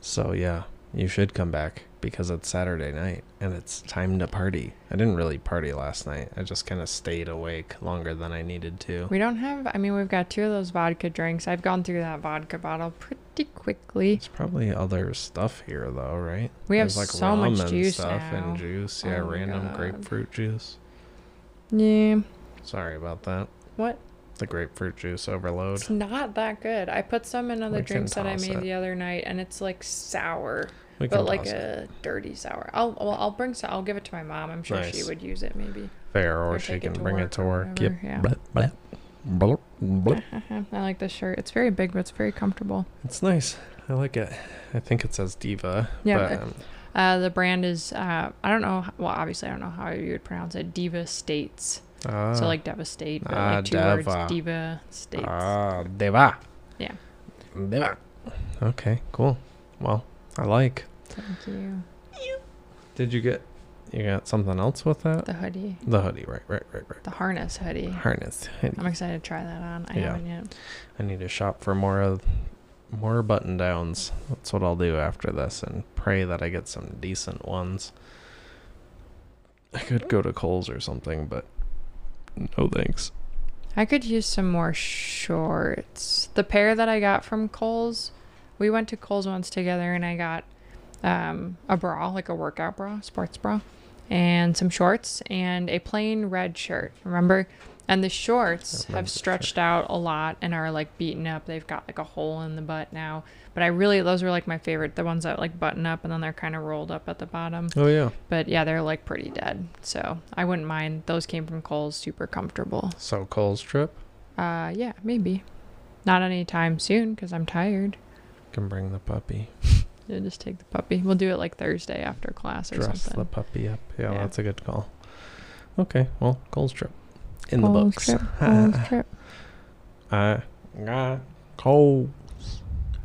B: so yeah, you should come back because it's Saturday night and it's time to party. I didn't really party last night. I just kind of stayed awake longer than I needed to.
A: we don't have, I mean, we've got two of those vodka drinks. I've gone through that vodka bottle pretty quickly.
B: It's probably other stuff here though, right?
A: We have
B: There's, like
A: so much
B: rum and
A: juice
B: stuff
A: now.
B: and juice. Yeah,
A: Oh my
B: random
A: God.
B: grapefruit juice.
A: yeah.
B: Sorry about that.
A: What?
B: The grapefruit juice overload.
A: It's not that good. I put some in other
B: We can
A: drinks that I
B: toss
A: made
B: it.
A: the other night, and it's like sour.
B: We can
A: but like uh,
B: toss it.
A: a dirty sour. I'll well, I'll bring so I'll give it to my mom. I'm sure she
B: Nice.
A: would use it maybe.
B: fair, or,
A: or
B: she
A: take it
B: can
A: to
B: bring
A: work
B: it to
A: or
B: work. Yep.
A: whatever, yeah.
B: Blep, blep, blep, blep.
A: I like this shirt. It's very big, but it's very comfortable.
B: It's nice. I like it. I think it says diva.
A: Yeah,
B: but,
A: but-
B: um,
A: Uh, the brand is uh, I don't know. h- Well, obviously I don't know how you would pronounce it. Diva States.
B: ah,
A: so like devastate, but
B: Ah,
A: like two
B: Deva.
A: words. Diva States.
B: ah, diva.
A: Yeah.
B: Diva. Okay, cool. Well, I like.
A: Thank you.
B: Did you get you got something else with that?
A: The hoodie,
B: The hoodie, right, right, right, right.
A: the harness hoodie.
B: Harness. hoodie.
A: I'm excited to try that on. I
B: Yeah.
A: haven't yet.
B: I need to shop for more of more button downs. That's what I'll do after this and pray that I get some decent ones. I could go to Kohl's or something, but no thanks.
A: I could use some more shorts. The pair that I got from Kohl's, we went to Kohl's once together and I got um, a bra, like a workout bra, sports bra, and some shorts and a plain red shirt, remember? And the shorts
B: remember
A: have
B: the shirt.
A: stretched out a lot and are like beaten up. They've got like a hole in the butt now. But I really, those were like my favorite, the ones that like button up and then they're kind of rolled up at the bottom.
B: Oh yeah.
A: But yeah, they're like pretty dead. So I wouldn't mind. Those came from Kohl's, super comfortable.
B: So Kohl's trip
A: Uh, yeah, maybe. Not anytime soon because I'm tired.
B: can bring the puppy.
A: Yeah, just take the puppy. We'll do it like Thursday after class or
B: Dress the
A: something.
B: puppy up. Yeah,
A: Yeah.
B: that's a good call. Okay, well, Cole's trip. In the
A: Cole's
B: books.
A: Trip, Cole's trip.
B: I got Cole.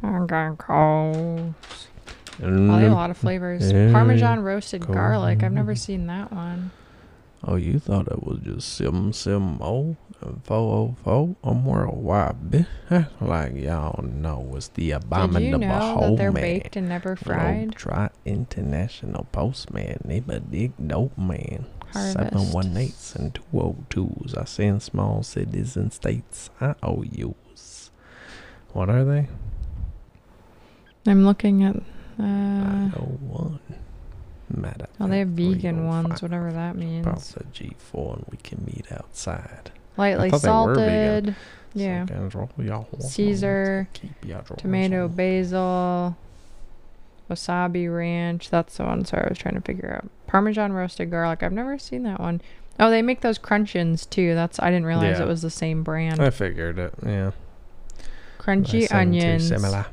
A: I got Cole's. Well, they have a
B: Mm.
A: lot of flavors.
B: Yeah.
A: Parmesan roasted
B: Cole's.
A: garlic. I've never seen that one.
B: Oh, you thought it was just sim sim oh and four oh four? I'm worldwide, bitch. Huh, Like y'all know, it's the
A: Did you
B: abominable
A: know that they're
B: homie.
A: baked and never fried?
B: Globetrot International Postman, neighbor Dick Dope Man. Seven
A: Harvest.
B: one eights and two oh twos. I send small cities and states. I owe yous. What are they?
A: I'm looking at.
B: I
A: Uh,
B: know one. Matter. of
A: oh, they have
B: fact, we
A: vegan
B: gonna
A: ones,
B: find
A: whatever that
B: Pop
A: means.
B: the G4 and we can meet outside.
A: Lightly
B: thought they were vegan.
A: salted. Yeah.
B: Sometimes all y'all want
A: Caesar,
B: to keep y'all drawers
A: tomato,
B: on.
A: basil, wasabi ranch. That's the one. Sorry, I was trying to figure out. Parmesan roasted garlic. I've never seen that one. Oh, they make those crunchins too. That's I didn't realize
B: Yeah.
A: it was the same brand.
B: I figured it. Yeah. They
A: Crunchy
B: sound too
A: onions.
B: Similar.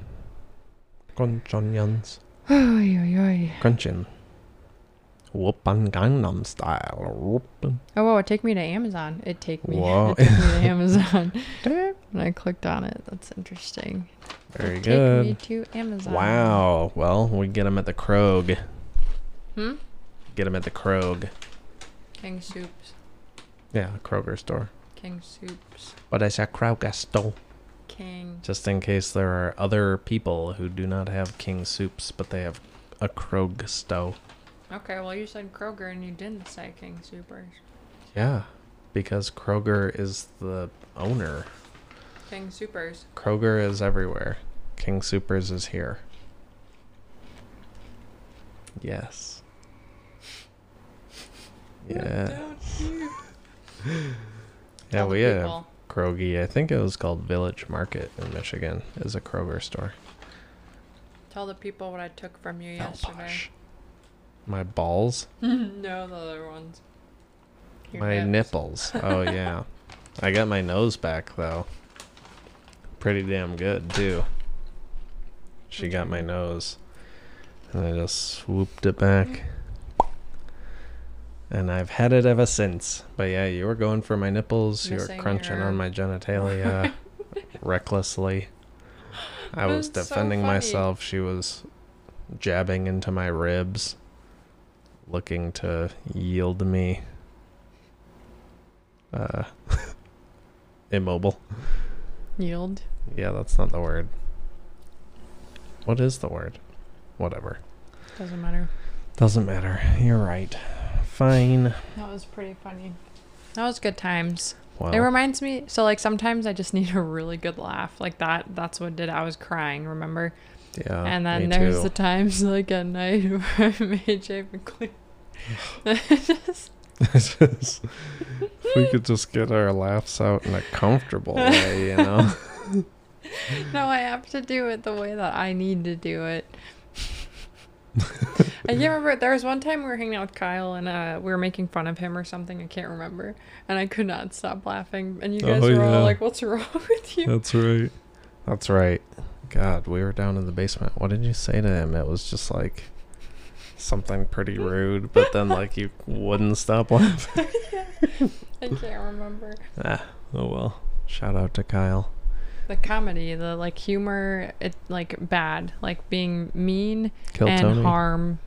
B: Crunch onions.
A: Oy, oy, oy.
B: Crunching. Whoopin' Gangnam style. Whoopin'.
A: Oh, whoa, it take me to Amazon. It take me.
B: Whoa.
A: It took me to Amazon. when I clicked on it, that's interesting.
B: Very
A: it
B: good.
A: Take me to Amazon.
B: Wow. Well, we get them at the Krog.
A: Hmm?
B: Get them at the Krog.
A: King Soups.
B: Yeah, Kroger store.
A: King Soups.
B: But I said Kroger store.
A: King.
B: Just in case there are other people who do not have King Soups, but they have a Krog store.
A: Okay, well, you said Kroger and you didn't say King Soupers.
B: Yeah, because Kroger is the owner.
A: King Soupers.
B: Kroger is everywhere. King Supers is here. Yes. Yeah. Yeah, we have Krogi. I think it was called Village Market in Michigan is a Kroger store.
A: Tell the people what I took from you
B: Oh, gosh. My balls?
A: no, the other ones.
B: my nipples. Oh yeah. I got my nose back though. Pretty damn good too. She got my nose. And I just swooped it back. And I've had it ever since. But yeah, you were going for my nipples, you
A: Missing
B: were crunching
A: your-
B: on my genitalia recklessly. I was
A: That's so
B: defending
A: funny.
B: myself. She was jabbing into my ribs, looking to yield me uh, immobile.
A: Yield.
B: Yeah, that's not the word. What is the word? Whatever.
A: Doesn't matter.
B: Doesn't matter. You're right. Fine.
A: That was pretty funny. That was good times.
B: Well,
A: It reminds me. So like sometimes I just need a really good laugh. Like that. That's what did. I was crying. Remember?
B: yeah.
A: and then
B: Oh, me
A: there's
B: too.
A: the times like at night where I made Jay McLean. just,
B: It's just- if we could just get our laughs out in a comfortable way, you know.
A: no, I have to do it the way that I need to do it. I can't remember. There was one time we were hanging out with Kyle and uh, we were making fun of him or something. I can't remember. And I could not stop laughing. And you guys
B: Oh,
A: were
B: yeah.
A: all like, what's wrong with you?
B: That's right. That's right. God, we were down in the basement. What did you say to him? It was just like something pretty rude, but then like you wouldn't stop laughing.
A: I can't remember.
B: Ah, oh well. Shout out to Kyle.
A: The comedy, the like humor, it like bad, like being mean
B: Kill
A: and
B: Tony.
A: harm.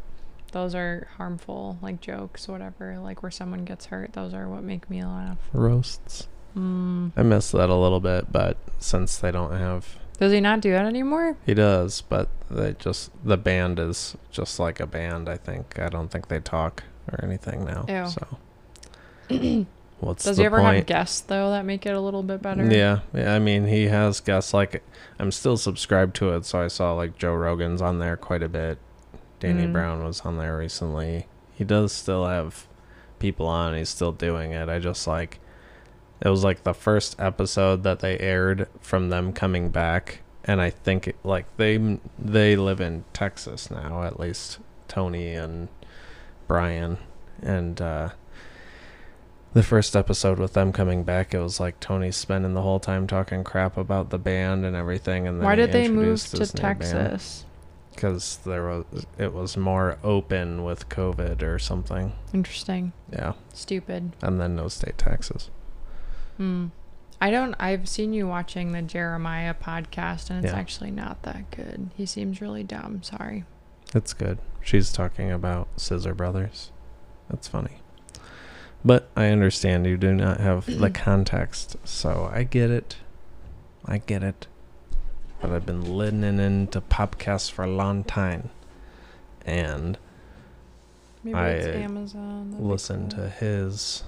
A: Those are harmful, like jokes, whatever. Like where someone gets hurt, those are what make me laugh.
B: Roasts.
A: Mm.
B: I miss that a little bit, but since they don't have
A: Does he not do that anymore?
B: he does, but they just the band is just like a band, I think. I don't think they talk or anything now.
A: Ew.
B: So what's
A: Does
B: the
A: he ever
B: point?
A: have guests though that make it a little bit better?
B: Yeah, yeah. I mean, he has guests. Like, I'm still subscribed to it, so I saw like Joe Rogan's on there quite a bit. Danny
A: Mm.
B: Brown was on there recently. He does still have people on. He's still doing it. I just like it was like the first episode that they aired from them coming back, and I think it, like they they live in Texas now, at least Tony and Brian and. uh the first episode with them coming back, it was like Tony spending the whole time talking crap about the band and everything. And then
A: Why
B: he
A: did they move
B: introduced
A: to
B: his new band.
A: Texas?
B: because there was it was more open with COVID or something.
A: Interesting.
B: Yeah,
A: Stupid.
B: and then no state taxes.
A: Hmm. I don't. I've seen you watching the Jeremiah podcast, and it's
B: Yeah.
A: actually not that good. He seems really dumb. Sorry.
B: It's good. She's talking about Scissor Brothers. That's funny. But I understand you do not have the context, so I get it. I get it. But I've been listening into podcasts for a long time. And
A: Maybe
B: I
A: it's Amazon. that'd be
B: listen
A: cool.
B: to his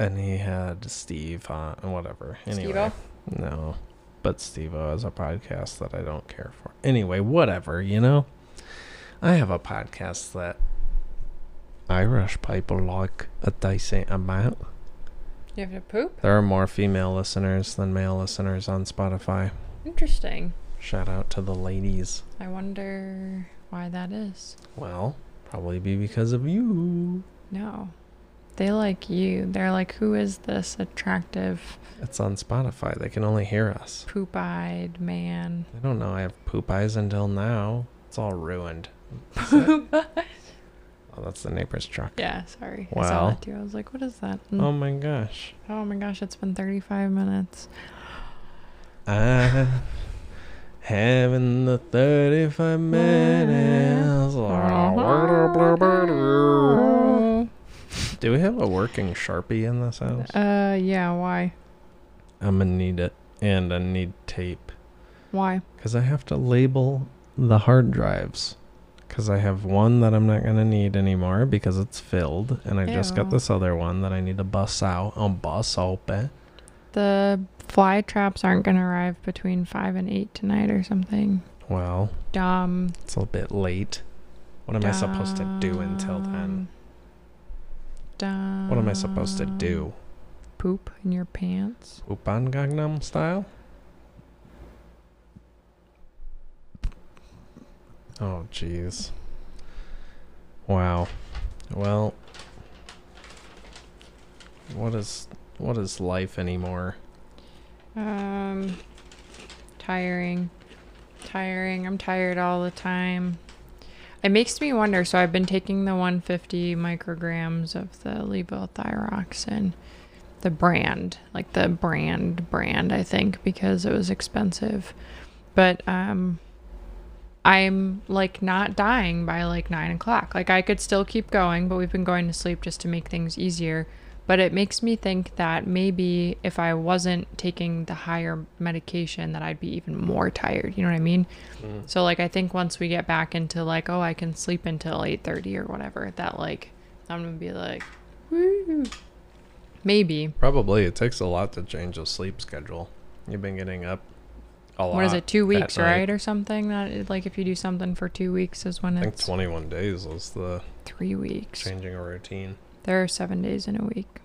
B: and he had Steve on and uh, whatever. Anyway.
A: Steve-O?
B: No. But Steve O has a podcast that I don't care for. Anyway, whatever, you know? I have a podcast that Irish people like a decent amount.
A: You have to poop?
B: There are more female listeners than male listeners on Spotify.
A: Interesting.
B: Shout out to the ladies.
A: I wonder why that is.
B: Well, probably be because of you.
A: No. They like you. They're like, who is this attractive,
B: It's on Spotify. They can only hear us.
A: poop eyed man?
B: I don't know. I have poop eyes until now. It's all ruined.
A: Poop
B: Oh, that's the neighbor's truck.
A: Yeah, sorry. I saw
B: Wow.
A: that too. I was like, what is that? Mm.
B: Oh my gosh.
A: oh my gosh, it's been 35 minutes.
B: I having the 35 minutes.
A: Uh,
B: Do we have a working Sharpie in this house?
A: Uh, yeah, why?
B: I'm gonna need it. And I need tape.
A: Why?
B: Because I have to label the hard drives. Because I have one that I'm not going to need anymore because it's filled. And I just got
A: Ew.
B: this other one that I need to bust out. Um, bust open.
A: The fly traps aren't going to arrive between 5 and 8 tonight or something.
B: Well,
A: Dumb.
B: it's a bit late. What am I supposed to do until then?
A: Dumb.
B: What am I supposed to do?
A: Poop in your pants?
B: Upan Gangnam style? Oh, jeez. Wow. Well, what is what is life anymore?
A: Um, tiring. Tiring. I'm tired all the time. It makes me wonder. So I've been taking the 150 micrograms of the levothyroxine, the brand, like the brand brand, I think, because it was expensive. But um, I'm like not dying by like nine o'clock. Like I could still keep going, but we've been going to sleep just to make things easier. But it makes me think that maybe if I wasn't taking the higher medication, that I'd be even more tired. You know what I mean?
B: Mm-hmm.
A: So like I think once we get back into like oh I can sleep until eight thirty or whatever, that like I'm gonna be like, woo, maybe.
B: Probably it takes a lot to change a sleep schedule. You've been getting up a lot.
A: What is it? Two
B: at
A: weeks,
B: night.
A: right, or something? That like if you do something for two weeks is when
B: I think
A: it's
B: 21 days was the
A: three weeks.
B: changing a routine.
A: There are seven days in a week.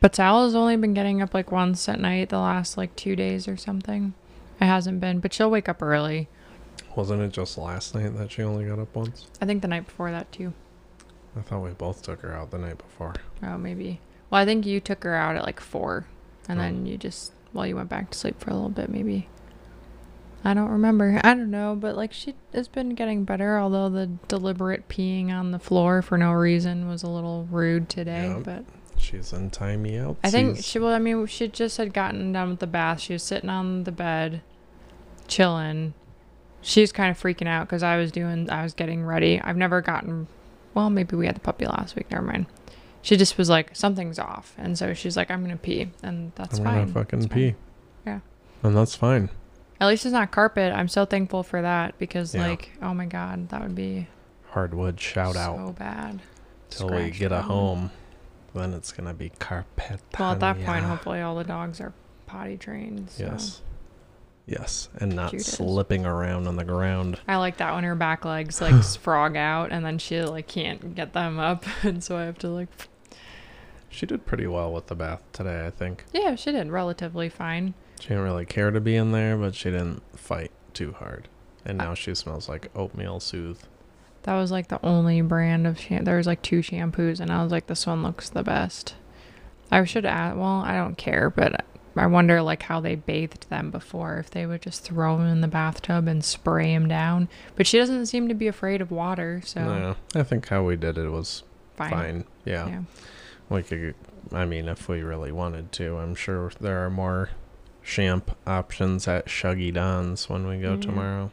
A: But Sal has only been getting up like once at night the last like two days or something. It hasn't been, but she'll wake up early.
B: Wasn't it just last night that she only got up once?
A: I think the night before that too.
B: I thought we both took her out the night before.
A: Oh, maybe. Well, I think you took her out at like four, and
B: Oh.
A: then you just well, you went back to sleep for a little bit, maybe. I don't remember. I don't know, but like she has been getting better. Although the deliberate peeing on the floor for no reason was a little rude today,
B: Yeah.
A: but
B: She's in timey out.
A: I think she well, I mean, she just had gotten done with the bath. She was sitting on the bed, chilling. She's kind of freaking out because I was doing, I was getting ready. I've never gotten, well, maybe we had the puppy last week. Never mind. She just was like, something's off, and so she's like, I'm gonna pee, and that's
B: I'm
A: fine.
B: gonna fucking
A: That's fine.
B: pee.
A: Yeah.
B: And that's fine.
A: At least it's not carpet. I'm so thankful for that because,
B: Yeah.
A: like, oh my god, that would be
B: Hardwood shout
A: so
B: out
A: bad.
B: till we
A: Scratch
B: get a
A: problem.
B: home. Then it's gonna be carpet.
A: Well, at that point, hopefully all the dogs are potty trained. So.
B: Yes. Yes, and not
A: Judas.
B: slipping around on the ground.
A: I like that when her back legs like s- frog out and then she like can't get them up and so I have to like
B: She did pretty well with the bath today, I think.
A: yeah, she did relatively fine.
B: She didn't really care to be in there, but she didn't fight too hard. And now she smells like oatmeal soothe.
A: That was like the only brand of shampoo. There was like two shampoos and I was like this one looks the best. I should add well, I don't care, but I wonder like how they bathed them before if they would just throw them in the bathtub and spray them down. But she doesn't seem to be afraid of water, so
B: No, I think how we did it was
A: fine.
B: fine. Yeah.
A: Yeah.
B: We could, uh, I mean, if we really wanted to, I'm sure there are more champ options at Shuggy Don's when we go
A: Mm.
B: tomorrow.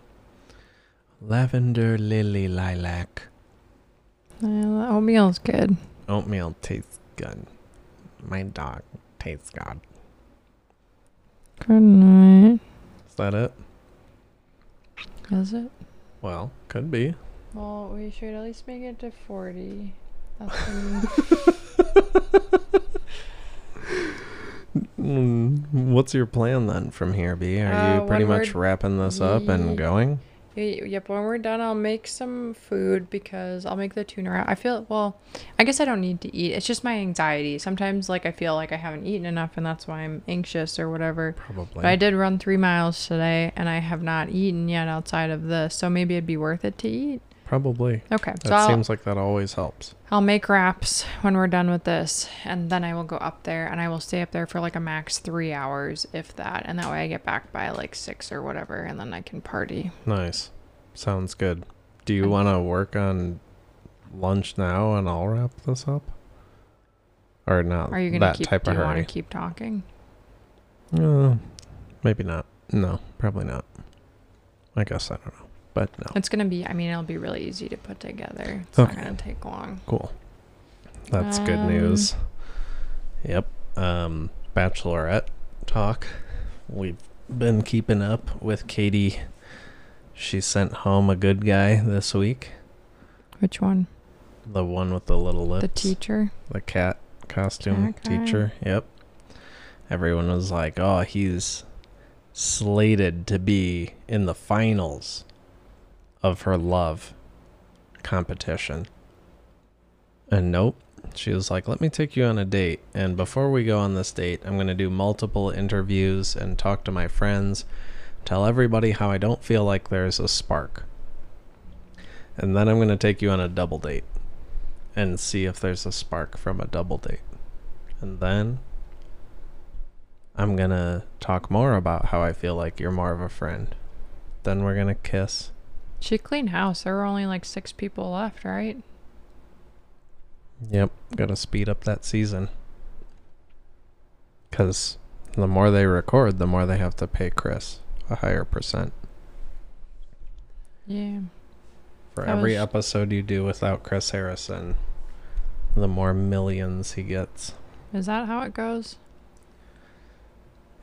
B: Lavender lily lilac.
A: Uh, the oatmeal's good.
B: Oatmeal tastes good. My dog tastes good.
A: Good night.
B: Is that it?
A: Is it?
B: Well, could be.
A: Well, we should at least make it to 40. That's
B: Mm, what's your plan then from here, B? Are
A: Uh,
B: you pretty
A: when we're-
B: much wrapping this up
A: Ye-
B: and going?
A: Y- Yep, when we're done, I'll make some food because I'll make the tuna wrap. I feel, well, I guess I don't need to eat. It's just my anxiety. Sometimes, like, I feel like I haven't eaten enough and that's why I'm anxious or whatever.
B: Probably.
A: But I did run three miles today and I have not eaten yet outside of this, so maybe it'd be worth it to eat.
B: Probably.
A: Okay, so
B: That
A: I'll,
B: seems like that always helps.
A: I'll make wraps when we're done with this, and then I will go up there and I will stay up there for like a max three hours, if that. And that way I get back by like six or whatever, and then I can party.
B: Nice. Sounds good. Do you
A: And-
B: want to work on lunch now and I'll wrap this up? Or not
A: Are you gonna
B: that
A: keep?
B: type
A: do
B: of
A: you
B: hurry?
A: want to keep talking?
B: Uh, maybe not. No, probably not. I guess I don't know. But no.
A: It's gonna be. I mean, it'll be really easy to put together. It's not
B: Okay.
A: gonna take long.
B: Cool. That's good
A: Um,
B: news. Yep. Um bachelorette talk. We've been keeping up with Katie. She sent home a good guy this week.
A: Which one?
B: The one with the little lips.
A: The teacher.
B: the cat costume
A: Cat guy.
B: teacher. Yep. Everyone was like, "Oh, he's slated to be in the finals of her love competition." And nope. She was like, "Let me take you on a date, and before we go on this date, I'm going to do multiple interviews and talk to my friends, tell everybody how I don't feel like there's a spark." And then I'm going to take you on a double date and see if there's a spark from a double date. And then I'm going to talk more about how I feel like you're more of a friend. Then we're going to kiss.
A: She cleaned house. There were only like six people left, right?
B: Yep, got to speed up that season. Cuz the more they record, the more they have to pay Chris a higher percent.
A: Yeah.
B: For
A: That
B: every
A: was-
B: episode you do without Chris Harrison, the more millions he gets.
A: Is that how it goes?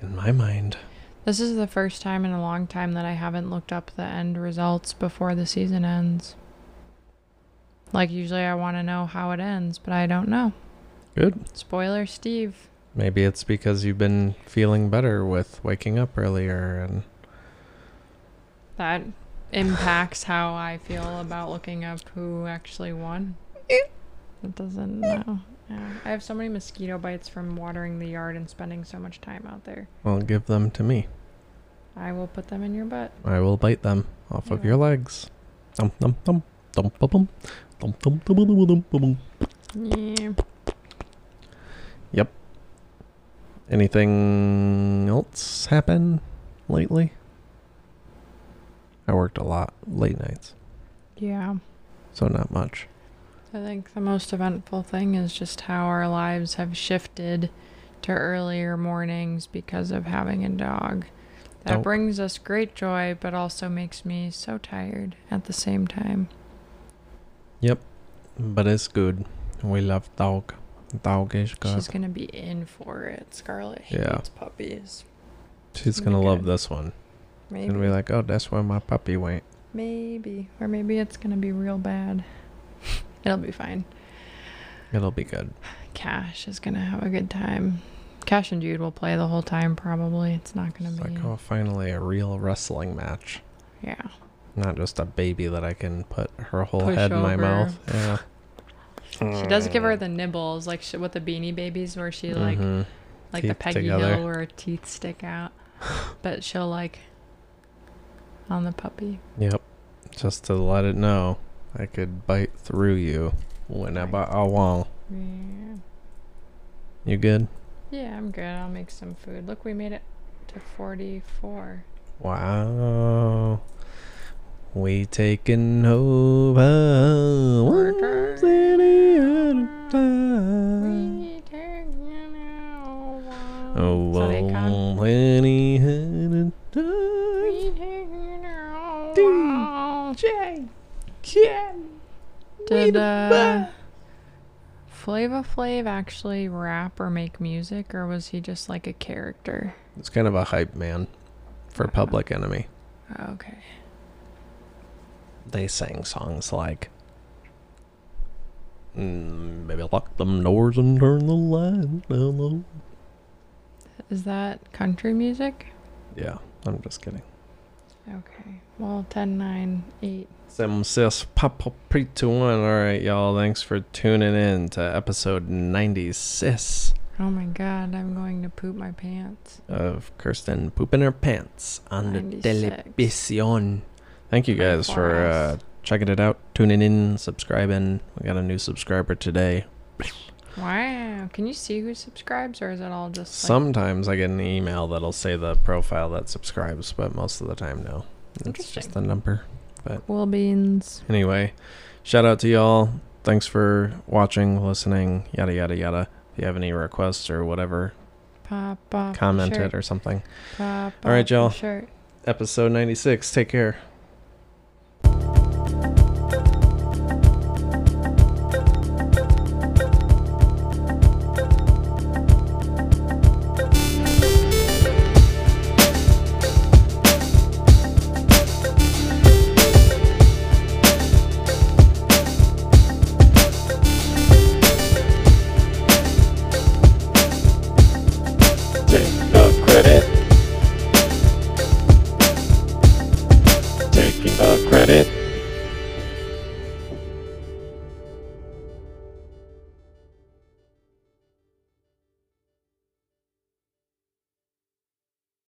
B: In my mind,
A: This is the first time in a long time that I haven't looked up the end results before the season ends. Like, usually I want to know how it ends, but I don't know.
B: Good.
A: Spoiler Steve.
B: Maybe it's because you've been feeling better with waking up earlier and
A: That impacts how I feel about looking up who actually won. It doesn't know. Yeah. I have so many mosquito bites from watering the yard and spending so much time out there.
B: well give them to me.
A: I will put them in your butt.
B: I will bite them off of
A: Yeah.
B: your legs. Dum dum dum dum dum dum dum dum dum dum dum dum dum.
A: Yeah.
B: Anything else happen lately? I worked a lot late nights,
A: Yeah.
B: so not much.
A: I think the most eventful thing is just how our lives have shifted to earlier mornings because of having a dog. That
B: Oh.
A: brings us great joy, but also makes me so tired at the same time.
B: But it's good. We love dog. Dog is good.
A: She's
B: She's,
A: gonna be in for it. Scarlet hates
B: Yeah.
A: puppies.
B: gonna
A: gonna
B: love
A: get-
B: this one.
A: Maybe,
B: And be like, oh, that's where my puppy went.
A: maybe, or maybe it's gonna be real bad. It'll be fine.
B: It'll be good.
A: Cash is gonna have a good time. Cash and Jude will play the whole time, probably. It's not gonna
B: It's
A: be.
B: like, oh, finally a real wrestling match.
A: Yeah.
B: Not just a baby that I can put her whole
A: Push
B: head in my
A: over.
B: mouth. Yeah.
A: She does give her the nibbles, like sh with the Beanie Babies, where she like
B: Mhm.
A: like the
B: Teeth
A: Peggy
B: together.
A: Hill, where her teeth stick out. but she'll like on the puppy.
B: Yep. Just to let it know, I could bite through you whenever I want.
A: Yeah.
B: You good?
A: yeah, I'm good. I'll make some food. Look, we made it to 44.
B: Wow. We taking over one
A: Order.
B: city at a time.
A: We take you now.
B: Mm. Oh,
A: Is that Akon?
B: one city at a time.
A: We take you now. Did uh, Flava Flav actually rap or make music, or was he just like a character?
B: It's kind of a hype man for
A: Wow.
B: Public Enemy.
A: Oh, Okay.
B: They sang songs like mm, maybe lock them doors and turn the lights down low.
A: Is that country music?
B: Yeah, I'm just kidding.
A: Okay. Well, 10, 9, 8.
B: Sim sis pop pre to one. All right, y'all. Thanks for tuning in to episode 90 sis
A: Oh my god, I'm going to poop my pants.
B: of Kirsten pooping her pants on the
A: 96.
B: television. Thank you guys for uh,
A: Likewise.
B: checking it out, tuning in, subscribing. We got a new subscriber today.
A: Wow. Can you see who subscribes or is it all just like,
B: Sometimes I get an email that'll say the profile that subscribes, but most of the time, no. It's
A: Interesting.
B: just the number.
A: cool beans?
B: Anyway, shout out to y'all. Thanks for watching, listening, yada, yada, yada. If you have any requests or whatever,
A: Pop off
B: comment
A: the shirt.
B: it or something.
A: Pop
B: All right,
A: off the
B: y'all.
A: Shirt.
B: Episode 96. Take care.
C: Take the credit. Taking the credit.